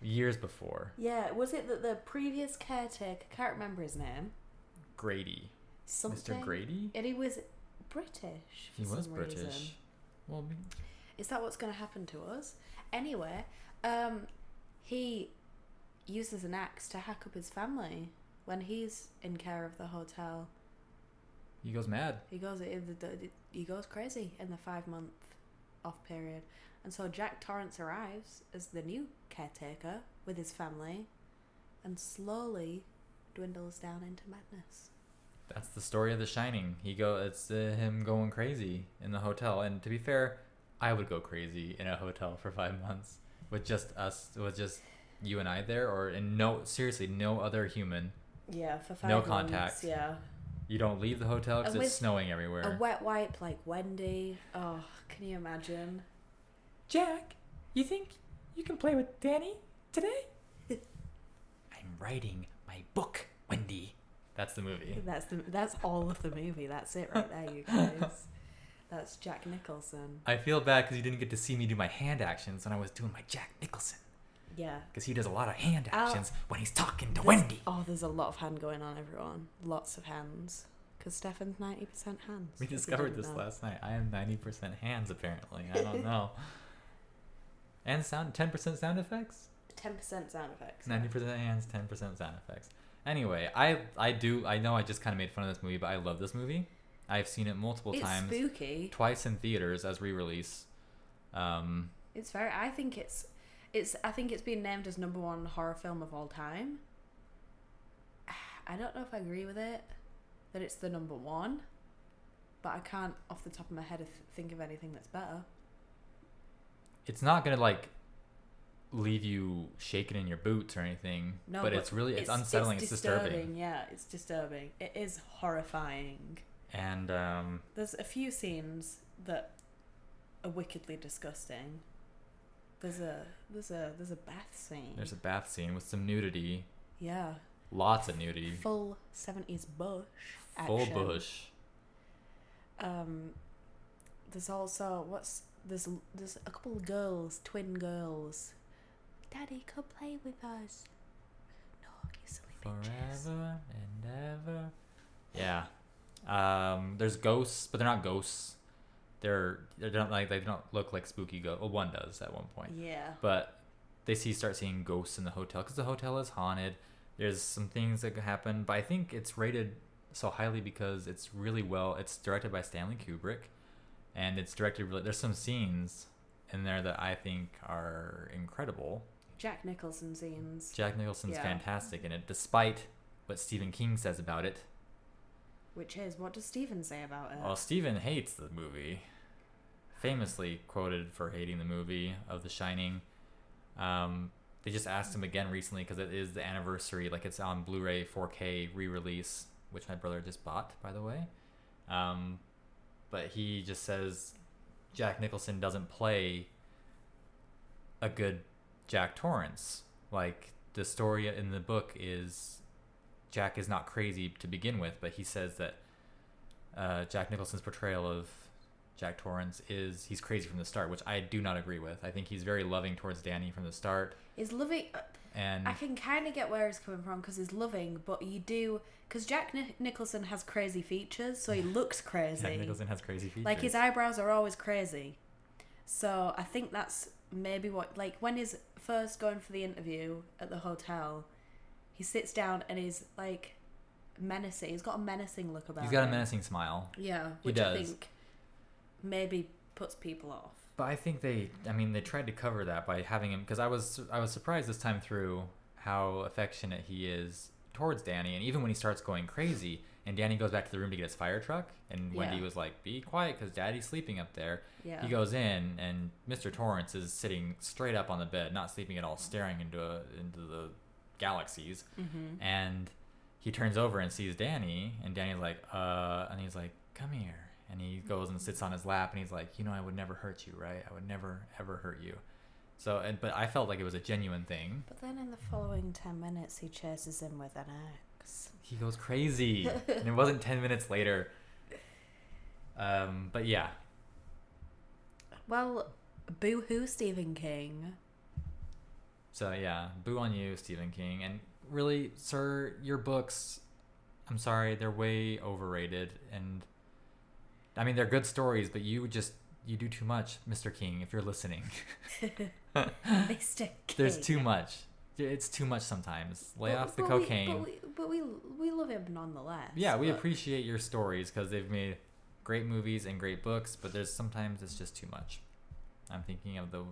Speaker 2: years before.
Speaker 1: Yeah. Was it that the previous caretaker? I can't remember his name.
Speaker 2: Grady.
Speaker 1: Something.
Speaker 2: Mr. Grady?
Speaker 1: And he was British. For
Speaker 2: He was
Speaker 1: some
Speaker 2: British.
Speaker 1: Reason.
Speaker 2: Well, be-
Speaker 1: Is that what's going to happen to us? Anyway, um, he uses an axe to hack up his family when he's in care of the hotel.
Speaker 2: he goes mad.
Speaker 1: He goes he goes crazy in the five month off period, and so Jack Torrance arrives as the new caretaker with his family, and slowly dwindles down into madness.
Speaker 2: That's the story of The Shining. He go. It's uh, him going crazy in the hotel. And to be fair, I would go crazy in a hotel for five months with just us, with just you and I there, or and no, seriously, no other human.
Speaker 1: Yeah, for
Speaker 2: No months, contact.
Speaker 1: Yeah,
Speaker 2: You don't leave the hotel because
Speaker 1: And with
Speaker 2: it's snowing everywhere.
Speaker 1: a wet wipe like Wendy. Oh, can you imagine?
Speaker 2: Jack, you think you can play with Danny today? I'm writing my book, Wendy. That's the movie.
Speaker 1: That's the that's all of the movie. That's it right there, you guys. That's Jack Nicholson.
Speaker 2: I feel bad because you didn't get to see me do my hand actions when I was doing my Jack Nicholson.
Speaker 1: Yeah.
Speaker 2: Because he does a lot of hand
Speaker 1: Ow.
Speaker 2: actions when he's talking to
Speaker 1: There's-
Speaker 2: Wendy.
Speaker 1: Oh, there's a lot of hand going on, everyone. Lots of hands. Because Stefan's 90% hands.
Speaker 2: We
Speaker 1: if you
Speaker 2: discovered
Speaker 1: didn't
Speaker 2: this
Speaker 1: know.
Speaker 2: last night. I am 90% hands, apparently. I don't know. and sound 10% sound effects?
Speaker 1: 10% sound effects.
Speaker 2: 90% hands, 10% sound effects. Anyway, I I do I know I just kind of made fun of this movie, but I love this movie. I've seen it multiple
Speaker 1: It's
Speaker 2: times,
Speaker 1: spooky.
Speaker 2: twice in theaters as re-release. Um,
Speaker 1: It's very. I think it's. It's. I think it's been named as number one horror film of all time. I don't know if I agree with it that it's the number one, but I can't off the top of my head if- think of anything that's better.
Speaker 2: it's not gonna like leave you shaking in your boots or anything.
Speaker 1: No,
Speaker 2: but, it's really it's, unsettling. It's, disturbing.
Speaker 1: Yeah, it's disturbing. It is horrifying.
Speaker 2: And um,
Speaker 1: There's a few scenes that are wickedly disgusting. There's a there's a there's a bath scene.
Speaker 2: there's a bath scene with some nudity,
Speaker 1: yeah,
Speaker 2: lots of nudity,
Speaker 1: full seventies bush.
Speaker 2: full
Speaker 1: action.
Speaker 2: bush.
Speaker 1: Um, there's also what's There's there's a couple of girls, twin girls. Daddy, come play with us. No, you silly bitches.
Speaker 2: Forever and ever. Yeah. Um, there's ghosts, but they're not ghosts. They're they don't like they don't look like spooky ghosts. Well, one does at one point,
Speaker 1: Yeah.
Speaker 2: but they see start seeing ghosts in the hotel because the hotel is haunted. There's some things that could happen, but I think it's rated so highly because it's really well. It's directed by Stanley Kubrick, and it's directed really. There's some scenes in there that I think are incredible.
Speaker 1: Jack Nicholson scenes.
Speaker 2: Jack Nicholson's
Speaker 1: Yeah.
Speaker 2: fantastic in it, despite what Stephen King says about it.
Speaker 1: Which is what does Steven say about it?
Speaker 2: Well, Stephen hates the movie, famously quoted for hating the movie of The Shining. Um, they just asked him again recently because it is the anniversary, like it's on Blu-ray 4K re-release, which my brother just bought, by the way. Um, but he just says Jack Nicholson doesn't play a good Jack Torrance. Like the story in the book is Jack is not crazy to begin with, but he says that uh, Jack Nicholson's portrayal of Jack Torrance is he's crazy from the start, which I do not agree with. I think he's very loving towards Danny from the start,
Speaker 1: Is loving.
Speaker 2: and
Speaker 1: I can kind of get where he's coming from because he's loving, but you do because Jack Nich- Nicholson has crazy features, so he looks crazy.
Speaker 2: Jack Nicholson has crazy features.
Speaker 1: Like his eyebrows are always crazy. So I think that's maybe what like when he's first going for the interview at the hotel, he sits down and he's like menacing. He's got a menacing look about
Speaker 2: he's got a
Speaker 1: him.
Speaker 2: menacing smile,
Speaker 1: Yeah,
Speaker 2: He
Speaker 1: which I
Speaker 2: does.
Speaker 1: think maybe puts people off.
Speaker 2: but I think they, I mean, they tried to cover that by having him because I was I was surprised this time through how affectionate he is towards Danny, and even when he starts going crazy, and Danny goes back to the room to get his fire truck, and Wendy
Speaker 1: Yeah.
Speaker 2: was like, "Be quiet, because Daddy's sleeping up there."
Speaker 1: Yeah.
Speaker 2: He goes in, and Mr. Torrance is sitting straight up on the bed, not sleeping at all, staring into a, into the galaxies.
Speaker 1: Mm-hmm.
Speaker 2: And he turns over and sees Danny, and Danny's like, "Uh," and he's like, "Come here." And he goes and sits on his lap, and he's like, "You know, I would never hurt you, right? I would never ever hurt you." So, and but I felt like it was a genuine thing.
Speaker 1: But then in the following ten minutes, he chases him with an axe.
Speaker 2: He goes crazy, and it wasn't ten minutes later. Um, but yeah,
Speaker 1: Well, boo hoo, Stephen King.
Speaker 2: So yeah, boo on you, Stephen King. And really, sir, your books, I'm sorry, they're way overrated. And I mean, they're good stories, but you just you do too much, Mr. King. If you're listening,
Speaker 1: Mr. King.
Speaker 2: there's too much. It's too much sometimes. Lay
Speaker 1: But-
Speaker 2: off the
Speaker 1: but we-
Speaker 2: cocaine.
Speaker 1: but, we, but we we love him nonetheless.
Speaker 2: yeah, we
Speaker 1: but-
Speaker 2: appreciate your stories because they've made great movies and great books, but there's sometimes it's just too much. I'm thinking of the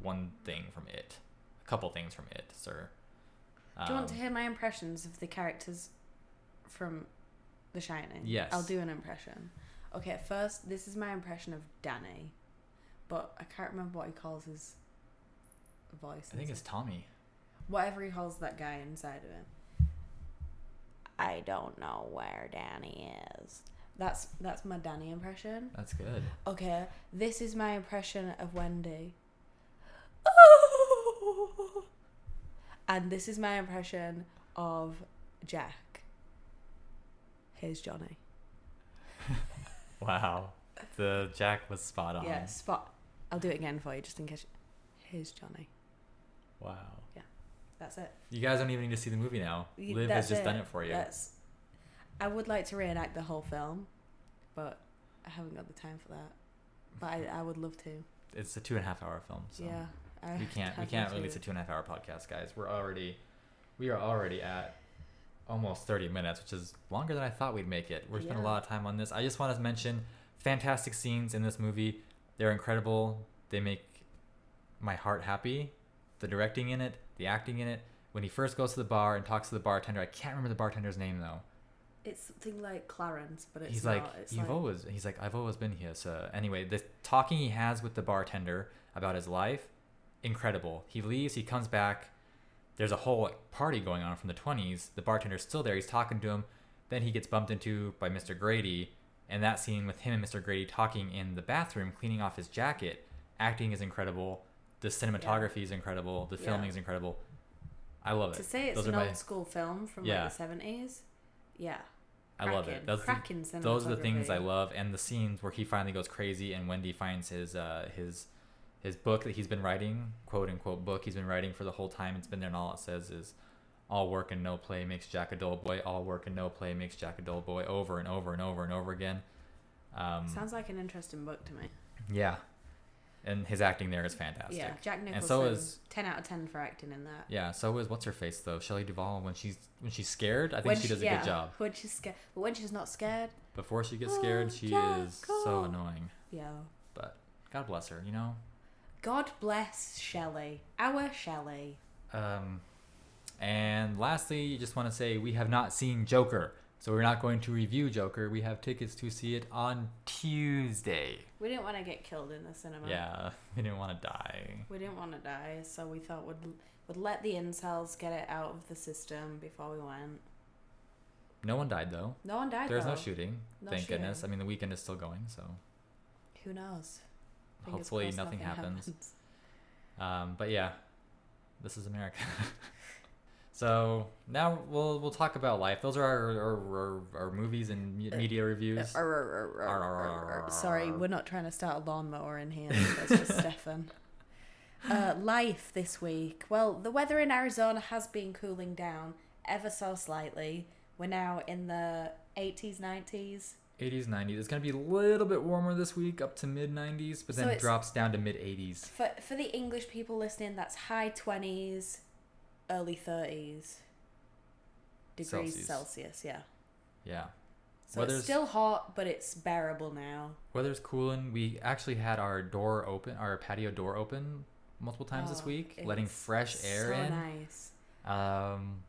Speaker 2: one thing from it, a couple things from it, sir.
Speaker 1: Do you want
Speaker 2: Um,
Speaker 1: to hear my impressions of the characters from The Shining?
Speaker 2: Yes.
Speaker 1: I'll do an impression. Okay, first, this is my impression of Danny, but I can't remember what he calls his voice.
Speaker 2: I think it's
Speaker 1: inside-
Speaker 2: Tommy.
Speaker 1: whatever he calls that guy inside of him. I don't know where Danny is. That's that's my Danny impression.
Speaker 2: That's good.
Speaker 1: Okay, this is my impression of Wendy. And this is my impression of Jack. Here's Johnny.
Speaker 2: Wow. The Jack was spot on.
Speaker 1: Yeah, spot. I'll do it again for you just in case. Here's Johnny.
Speaker 2: Wow.
Speaker 1: That's it.
Speaker 2: You guys don't even need to see the movie now.
Speaker 1: You-
Speaker 2: Liv
Speaker 1: that's
Speaker 2: has just done it for you.
Speaker 1: That's. I would like to reenact the whole film, but I haven't got the time for that. But I, I would love to.
Speaker 2: It's a two and a half hour film, so
Speaker 1: yeah. I
Speaker 2: we can't we
Speaker 1: have
Speaker 2: can't
Speaker 1: to.
Speaker 2: release a two and a half hour podcast, guys. We're already we are already at almost thirty minutes, which is longer than I thought we'd make it. We're spending a
Speaker 1: Yeah.
Speaker 2: lot of time on this. I just want to mention fantastic scenes in this movie. They're incredible. They make my heart happy. The directing in it, the acting in it. When he first goes to the bar and talks to the bartender, I can't remember the bartender's name though.
Speaker 1: It's something like Clarence, but it's
Speaker 2: he's
Speaker 1: not.
Speaker 2: like
Speaker 1: it's
Speaker 2: you've
Speaker 1: like,
Speaker 2: always he's like i've always been here so anyway the talking he has with the bartender about his life incredible he leaves he comes back there's a whole like, party going on from the 20s the bartender's still there he's talking to him then he gets bumped into by mr grady and that scene with him and mr grady talking in the bathroom cleaning off his jacket acting is incredible the cinematography is incredible the
Speaker 1: Yeah.
Speaker 2: filming is incredible i love it
Speaker 1: to say it's
Speaker 2: Those
Speaker 1: an
Speaker 2: are my-
Speaker 1: old school film from
Speaker 2: Yeah.
Speaker 1: like the seventies. Yeah,
Speaker 2: I love it.
Speaker 1: Cracking.
Speaker 2: That's
Speaker 1: Cracking
Speaker 2: the, those are the things I
Speaker 1: cinematography.
Speaker 2: love, and the scenes where he finally goes crazy, and Wendy finds his uh, his his book that he's been writing, quote unquote book he's been writing for the whole time it's been there, and all it says is, "All work and no play makes Jack a dull boy. All work and no play makes Jack a dull boy." Over and over and over and over again. Um,
Speaker 1: Sounds like an interesting book to me.
Speaker 2: yeah, and his acting there is fantastic.
Speaker 1: Yeah, Jack Nicholson.
Speaker 2: And so is
Speaker 1: ten out of ten for acting in that.
Speaker 2: yeah, so is what's her face though, Shelley Duvall. When she's when she's scared, I think
Speaker 1: When
Speaker 2: she does a
Speaker 1: yeah,
Speaker 2: good job.
Speaker 1: When she's scared, but when she's not scared,
Speaker 2: Before she gets
Speaker 1: Oh,
Speaker 2: scared, she
Speaker 1: Jack,
Speaker 2: is
Speaker 1: oh.
Speaker 2: so annoying.
Speaker 1: yeah.
Speaker 2: But God bless her, you know.
Speaker 1: God bless Shelley, our Shelley.
Speaker 2: Um, and lastly, you just want to say we have not seen Joker, so we're not going to review Joker. We have tickets to see it on Tuesday.
Speaker 1: We didn't want to get killed in the cinema.
Speaker 2: Yeah, we didn't want to die.
Speaker 1: We didn't want to die, so we thought we'd would let the incels get it out of the system before we went.
Speaker 2: No one died though.
Speaker 1: No one died.
Speaker 2: There's no
Speaker 1: though.
Speaker 2: shooting.
Speaker 1: No
Speaker 2: thank goodness. I
Speaker 1: shooting.
Speaker 2: mean, the weekend is still going, so.
Speaker 1: Who knows? Fingers
Speaker 2: Hopefully
Speaker 1: crossed
Speaker 2: nothing happens. Um, but yeah, this is America. so now we'll we'll talk about life. Those are our our, our, our movies and
Speaker 1: Uh,
Speaker 2: me- media reviews.
Speaker 1: Arr, arr, arr, arr, arr, arr, arr. Sorry, we're not trying to start a lawnmower in here. That's just Stefan. Uh, life this week. Well, the weather in Arizona has been cooling down ever so slightly. We're now in the 80s, 90s.
Speaker 2: 80s, 90s. It's gonna be a little bit warmer this week, up to mid 90s, but
Speaker 1: So
Speaker 2: then it
Speaker 1: it's-
Speaker 2: drops down to mid 80s.
Speaker 1: For, for the English people listening, that's high 20s, early 30s degrees
Speaker 2: Celsius.
Speaker 1: Celsius, yeah.
Speaker 2: Yeah.
Speaker 1: So
Speaker 2: Weather's-
Speaker 1: it's still hot, but it's bearable now.
Speaker 2: Weather's cooling. We actually had our door open, our patio door open multiple times this
Speaker 1: Oh,
Speaker 2: week,
Speaker 1: it
Speaker 2: letting
Speaker 1: was
Speaker 2: fresh air
Speaker 1: so
Speaker 2: in.
Speaker 1: nice.
Speaker 2: Um,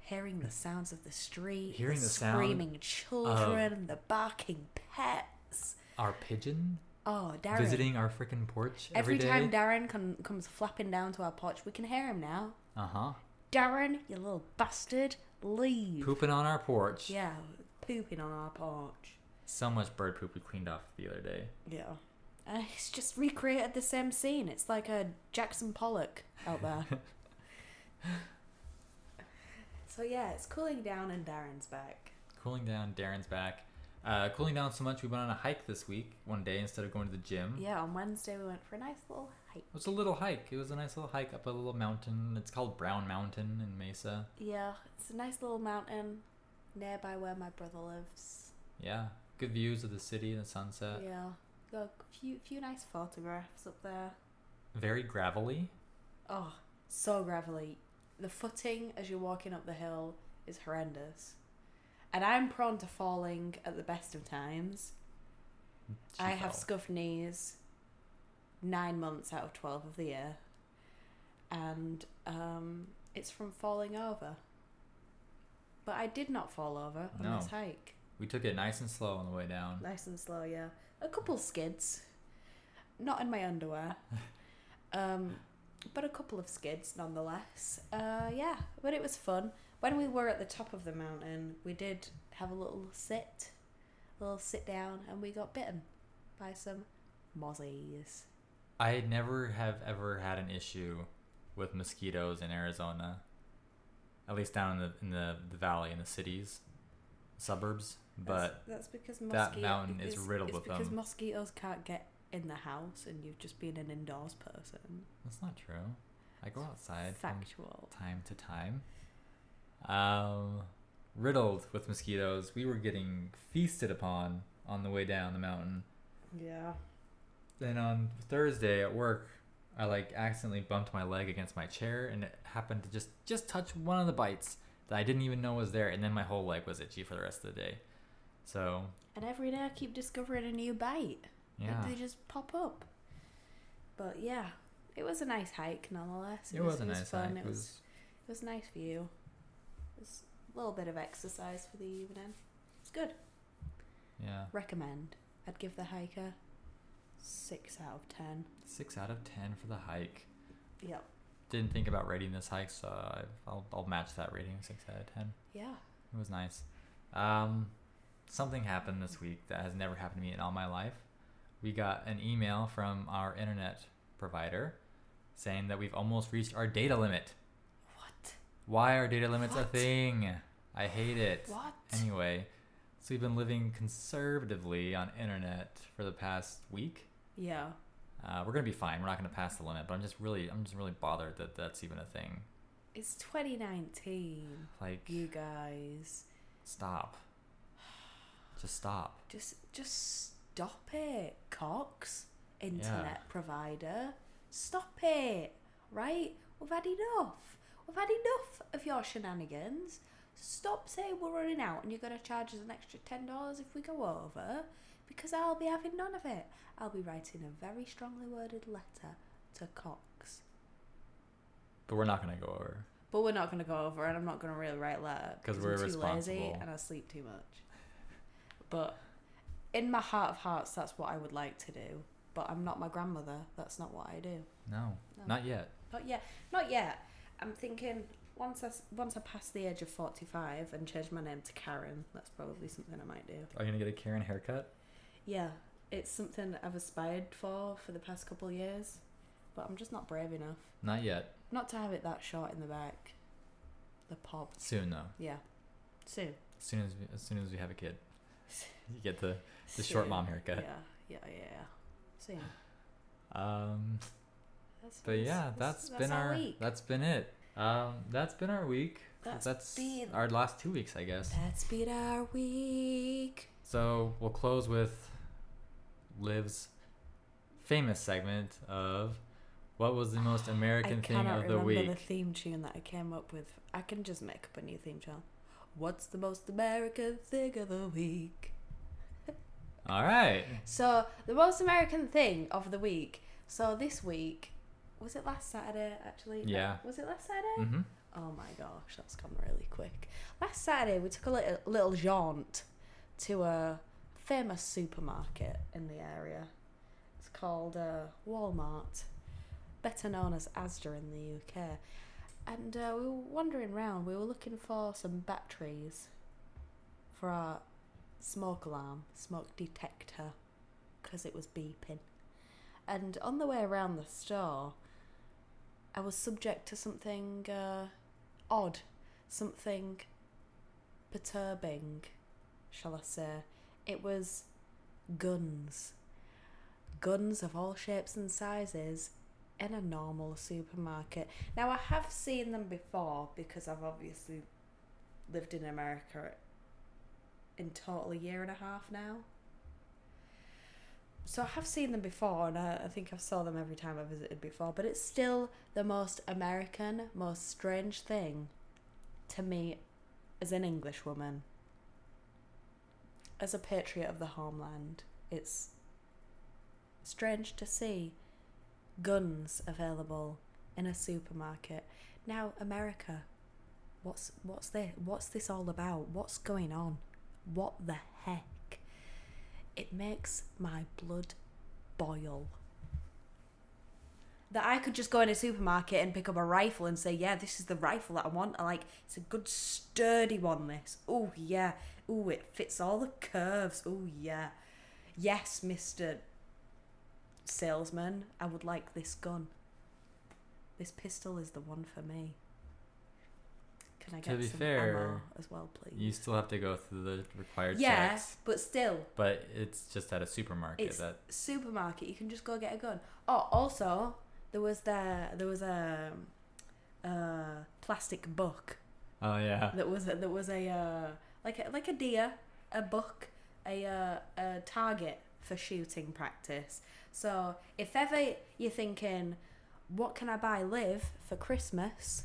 Speaker 1: hearing the sounds of the street,
Speaker 2: Hearing
Speaker 1: the,
Speaker 2: the sound
Speaker 1: screaming children, the barking pets.
Speaker 2: our pigeon
Speaker 1: Oh, Darren!
Speaker 2: visiting our freaking porch
Speaker 1: every
Speaker 2: day.
Speaker 1: time Darren com- comes flapping down to our porch, we can hear him now.
Speaker 2: uh huh.
Speaker 1: Darren, you little bastard, leave!
Speaker 2: Pooping on our porch.
Speaker 1: Yeah, pooping on our porch.
Speaker 2: So much bird poop we cleaned off the other day.
Speaker 1: Yeah, and he's Uh, just recreated the same scene. It's like a Jackson Pollock out there. so yeah, it's cooling down and Darren's back.
Speaker 2: Cooling down. Darren's back. Uh, cooling down so much we went on a hike this week one day instead of going to the gym.
Speaker 1: Yeah, on Wednesday we went for a nice little hike.
Speaker 2: It was a little hike. It was a nice little hike up a little mountain. It's called Brown Mountain in Mesa.
Speaker 1: Yeah, it's a nice little mountain nearby where my brother lives.
Speaker 2: Yeah, good views of the city and the sunset.
Speaker 1: yeah, got a few few nice photographs up there.
Speaker 2: Very gravelly.
Speaker 1: Oh, so gravelly. The footing as you're walking up the hill is horrendous, and I'm prone to falling at the best of times.
Speaker 2: She
Speaker 1: I have
Speaker 2: fell.
Speaker 1: scuffed knees nine months out of twelve of the year, and um, it's from falling over. But I did not fall over on
Speaker 2: No.
Speaker 1: this hike.
Speaker 2: We took it nice and slow on the way down.
Speaker 1: Nice and slow, yeah. A couple skids. Not in my underwear. um, but a couple of skids nonetheless. Uh, yeah, but it was fun. When we were at the top of the mountain, we did have a little sit, a little sit down, and we got bitten by some mozzies.
Speaker 2: I never have ever had an issue with mosquitoes in Arizona. At least down in the in the, the valley in the cities, suburbs. But
Speaker 1: that's, that's because
Speaker 2: that
Speaker 1: mosquito-
Speaker 2: mountain is
Speaker 1: it's-
Speaker 2: riddled
Speaker 1: it's
Speaker 2: with
Speaker 1: because
Speaker 2: them.
Speaker 1: mosquitoes can't get in the house, and you've just been an indoors person.
Speaker 2: that's not true. I go outside from
Speaker 1: Factual.
Speaker 2: time to time. Um, riddled with mosquitoes. We were getting feasted upon on the way down the mountain.
Speaker 1: Yeah.
Speaker 2: Then on Thursday at work, I like accidentally bumped my leg against my chair, and it happened to just just touch one of the bites that I didn't even know was there, and then my whole leg was itchy for the rest of the day. So
Speaker 1: And every day I keep discovering a new bite.
Speaker 2: yeah,
Speaker 1: Like, they just pop up. But yeah, it was a nice hike nonetheless.
Speaker 2: it was a nice
Speaker 1: fun.
Speaker 2: hike.
Speaker 1: It was it was nice view. It was a little bit of exercise for the evening. It's good.
Speaker 2: yeah,
Speaker 1: Recommend. I'd give the hike a six out of ten.
Speaker 2: six out of ten for the hike.
Speaker 1: Yep.
Speaker 2: Didn't think about rating this hike, so I- I'll I'll match that rating, six out of ten.
Speaker 1: Yeah.
Speaker 2: It was nice. Um, something happened this week that has never happened to me in all my life. We got an email from our internet provider saying that we've almost reached our data limit.
Speaker 1: What?
Speaker 2: Why are data limits a
Speaker 1: What?
Speaker 2: thing? I hate it.
Speaker 1: What?
Speaker 2: Anyway, So we've been living conservatively on internet for the past week.
Speaker 1: Yeah.
Speaker 2: Uh, we're gonna be fine. We're not gonna pass the limit. But I'm just really, I'm just really bothered that that's even a thing.
Speaker 1: It's 2019.
Speaker 2: Like,
Speaker 1: You guys,
Speaker 2: stop. Just stop.
Speaker 1: just just stop it, Cox, internet provider. Stop it, right? We've had enough. We've had enough of your shenanigans. Stop saying we're running out and you're going to charge us an extra $10 if we go over because I'll be having none of it. I'll be writing a very strongly worded letter to Cox.
Speaker 2: But we're not gonna go over.
Speaker 1: But we're not going to go over, and I'm not going to really write letter
Speaker 2: 'Cause
Speaker 1: I'm
Speaker 2: we're
Speaker 1: too lazy
Speaker 2: responsible.
Speaker 1: and I sleep too much. But in my heart of hearts, that's what I would like to do. But I'm not my grandmother. That's not what I do.
Speaker 2: No,
Speaker 1: No.
Speaker 2: not yet.
Speaker 1: Not yet. Not yet. I'm thinking once I s- once I pass the age of forty five and change my name to Karen. That's probably something I might do.
Speaker 2: Are you gonna get a Karen haircut?
Speaker 1: Yeah, it's something I've aspired for for the past couple of years, but I'm just not brave enough.
Speaker 2: Not yet.
Speaker 1: Not to have it that short in the back. The pop.
Speaker 2: Soon though.
Speaker 1: Yeah. Soon.
Speaker 2: As soon as we, as soon as we have a kid, you get the The short mom haircut.
Speaker 1: Yeah, yeah, yeah. yeah. So yeah,
Speaker 2: um.
Speaker 1: that's
Speaker 2: But yeah, that's been our,
Speaker 1: week.
Speaker 2: that's been it. Um, that's been our week.
Speaker 1: That's been-
Speaker 2: our last two weeks, I guess.
Speaker 1: That's been our week.
Speaker 2: So we'll close with Liv's famous segment of what was the most American
Speaker 1: I
Speaker 2: thing
Speaker 1: cannot
Speaker 2: of the
Speaker 1: remember
Speaker 2: week.
Speaker 1: the theme tune that I came up with. I can just make up a new theme tune. What's the most American thing of the week?
Speaker 2: All right.
Speaker 1: So the most American thing of the week. So this week, was it last Saturday? Actually, No,
Speaker 2: Yeah.
Speaker 1: Was it last Saturday?
Speaker 2: hmm
Speaker 1: Oh my gosh, that's gone really quick. Last Saturday, we took a little, little jaunt to a famous supermarket in the area. It's called uh, Walmart, better known as Asda in the UK. And uh, we were wandering round. we were looking for some batteries for our smoke alarm, smoke detector, because it was beeping. And on the way around the store, I was subject to something uh, odd, something perturbing, shall I say. It was guns. Guns of all shapes and sizes in a normal supermarket. Now, I have seen them before because I've obviously lived in America in total a year and a half now. So I have seen them before, and I, I think I've saw them every time I visited before. But it's still the most American, most strange thing to me as an English woman, as a patriot of the homeland. It's strange to see guns available in a supermarket. Now, America, what's what's this? What's this all about? What's going on? What the heck? it makes my blood boil. That I could just go in a supermarket and pick up a rifle and say, yeah, this is the rifle that I want. I like, it's a good sturdy one, this. Oh, yeah. Oh, it fits all the curves. Oh, yeah. Yes, Mr. Salesman, I would like this gun. This pistol is the one for me. Can I
Speaker 2: To
Speaker 1: get
Speaker 2: be
Speaker 1: some ammo
Speaker 2: fair,
Speaker 1: as well, please?
Speaker 2: You still have to go through the required
Speaker 1: yeah,
Speaker 2: checks,
Speaker 1: but still,
Speaker 2: but it's just at a supermarket.
Speaker 1: it's
Speaker 2: that
Speaker 1: supermarket. You can just go get a gun. Oh, also there was the there was a, um, a plastic book
Speaker 2: oh yeah,
Speaker 1: that was a, that was a uh, like a, like a deer, a buck, a uh, a target for shooting practice. So if ever you're thinking, what can I buy Liv for Christmas?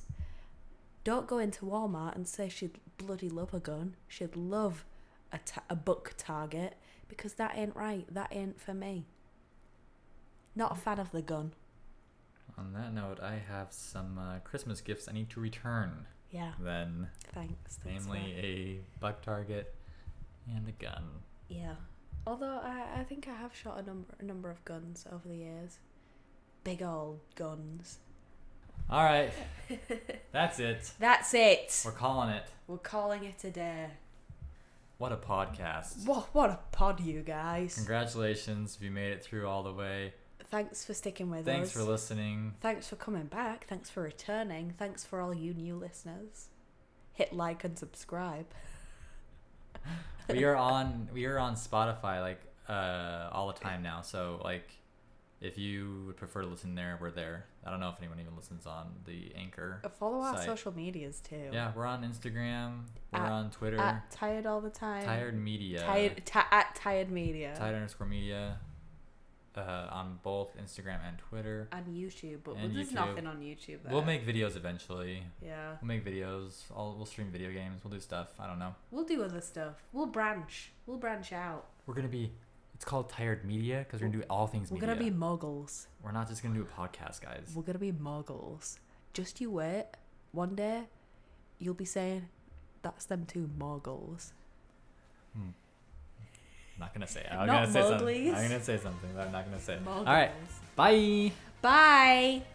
Speaker 1: Don't go into Walmart and say she'd bloody love a gun. She'd love a, ta- a buck target because that ain't right. That ain't for me. Not a fan of the gun.
Speaker 2: On that note, I have some uh, Christmas gifts I need to return.
Speaker 1: Yeah.
Speaker 2: Then,
Speaker 1: Thanks. thanks for that.
Speaker 2: namely a buck target and a gun.
Speaker 1: Yeah. Although I, I think I have shot a number a number of guns over the years. Big old guns.
Speaker 2: All right, that's it.
Speaker 1: That's it.
Speaker 2: We're calling it.
Speaker 1: We're calling it a day.
Speaker 2: What a podcast!
Speaker 1: What what a pod you guys.
Speaker 2: Congratulations, if you made it through all the way.
Speaker 1: Thanks for sticking with
Speaker 2: Thanks
Speaker 1: us.
Speaker 2: for listening.
Speaker 1: Thanks for coming back. Thanks for returning. Thanks for all you new listeners. Hit like and subscribe.
Speaker 2: we are on we are on Spotify like uh all the time now. So like if you would prefer to listen there, we're there. I don't know if anyone even listens on the Anchor.
Speaker 1: Follow our
Speaker 2: site.
Speaker 1: social medias too.
Speaker 2: Yeah, we're on Instagram. We're
Speaker 1: At-
Speaker 2: on Twitter.
Speaker 1: At tired all the time.
Speaker 2: tired uh, Media.
Speaker 1: Tired. Ti- at tired media.
Speaker 2: Tired underscore Media. Uh, on both Instagram and Twitter.
Speaker 1: On YouTube, but
Speaker 2: And
Speaker 1: there's
Speaker 2: YouTube.
Speaker 1: nothing on YouTube. There.
Speaker 2: We'll make videos eventually.
Speaker 1: Yeah,
Speaker 2: We'll make videos. I'll, we'll stream video games. We'll do stuff. I don't know.
Speaker 1: we'll do other stuff. We'll branch. We'll branch out.
Speaker 2: We're gonna be. It's called Tired Media because we're gonna do all things
Speaker 1: We're
Speaker 2: media.
Speaker 1: gonna be moguls.
Speaker 2: We're not just gonna do a podcast, guys.
Speaker 1: We're gonna be moguls. Just you wait. One day, you'll be saying, "That's them two moguls."
Speaker 2: I'm not gonna say. it. I'm
Speaker 1: Not
Speaker 2: gonna say something.
Speaker 1: Mowgli's.
Speaker 2: I'm gonna say something. But I'm not gonna say. it.
Speaker 1: Mowgli's.
Speaker 2: All right. Bye.
Speaker 1: Bye.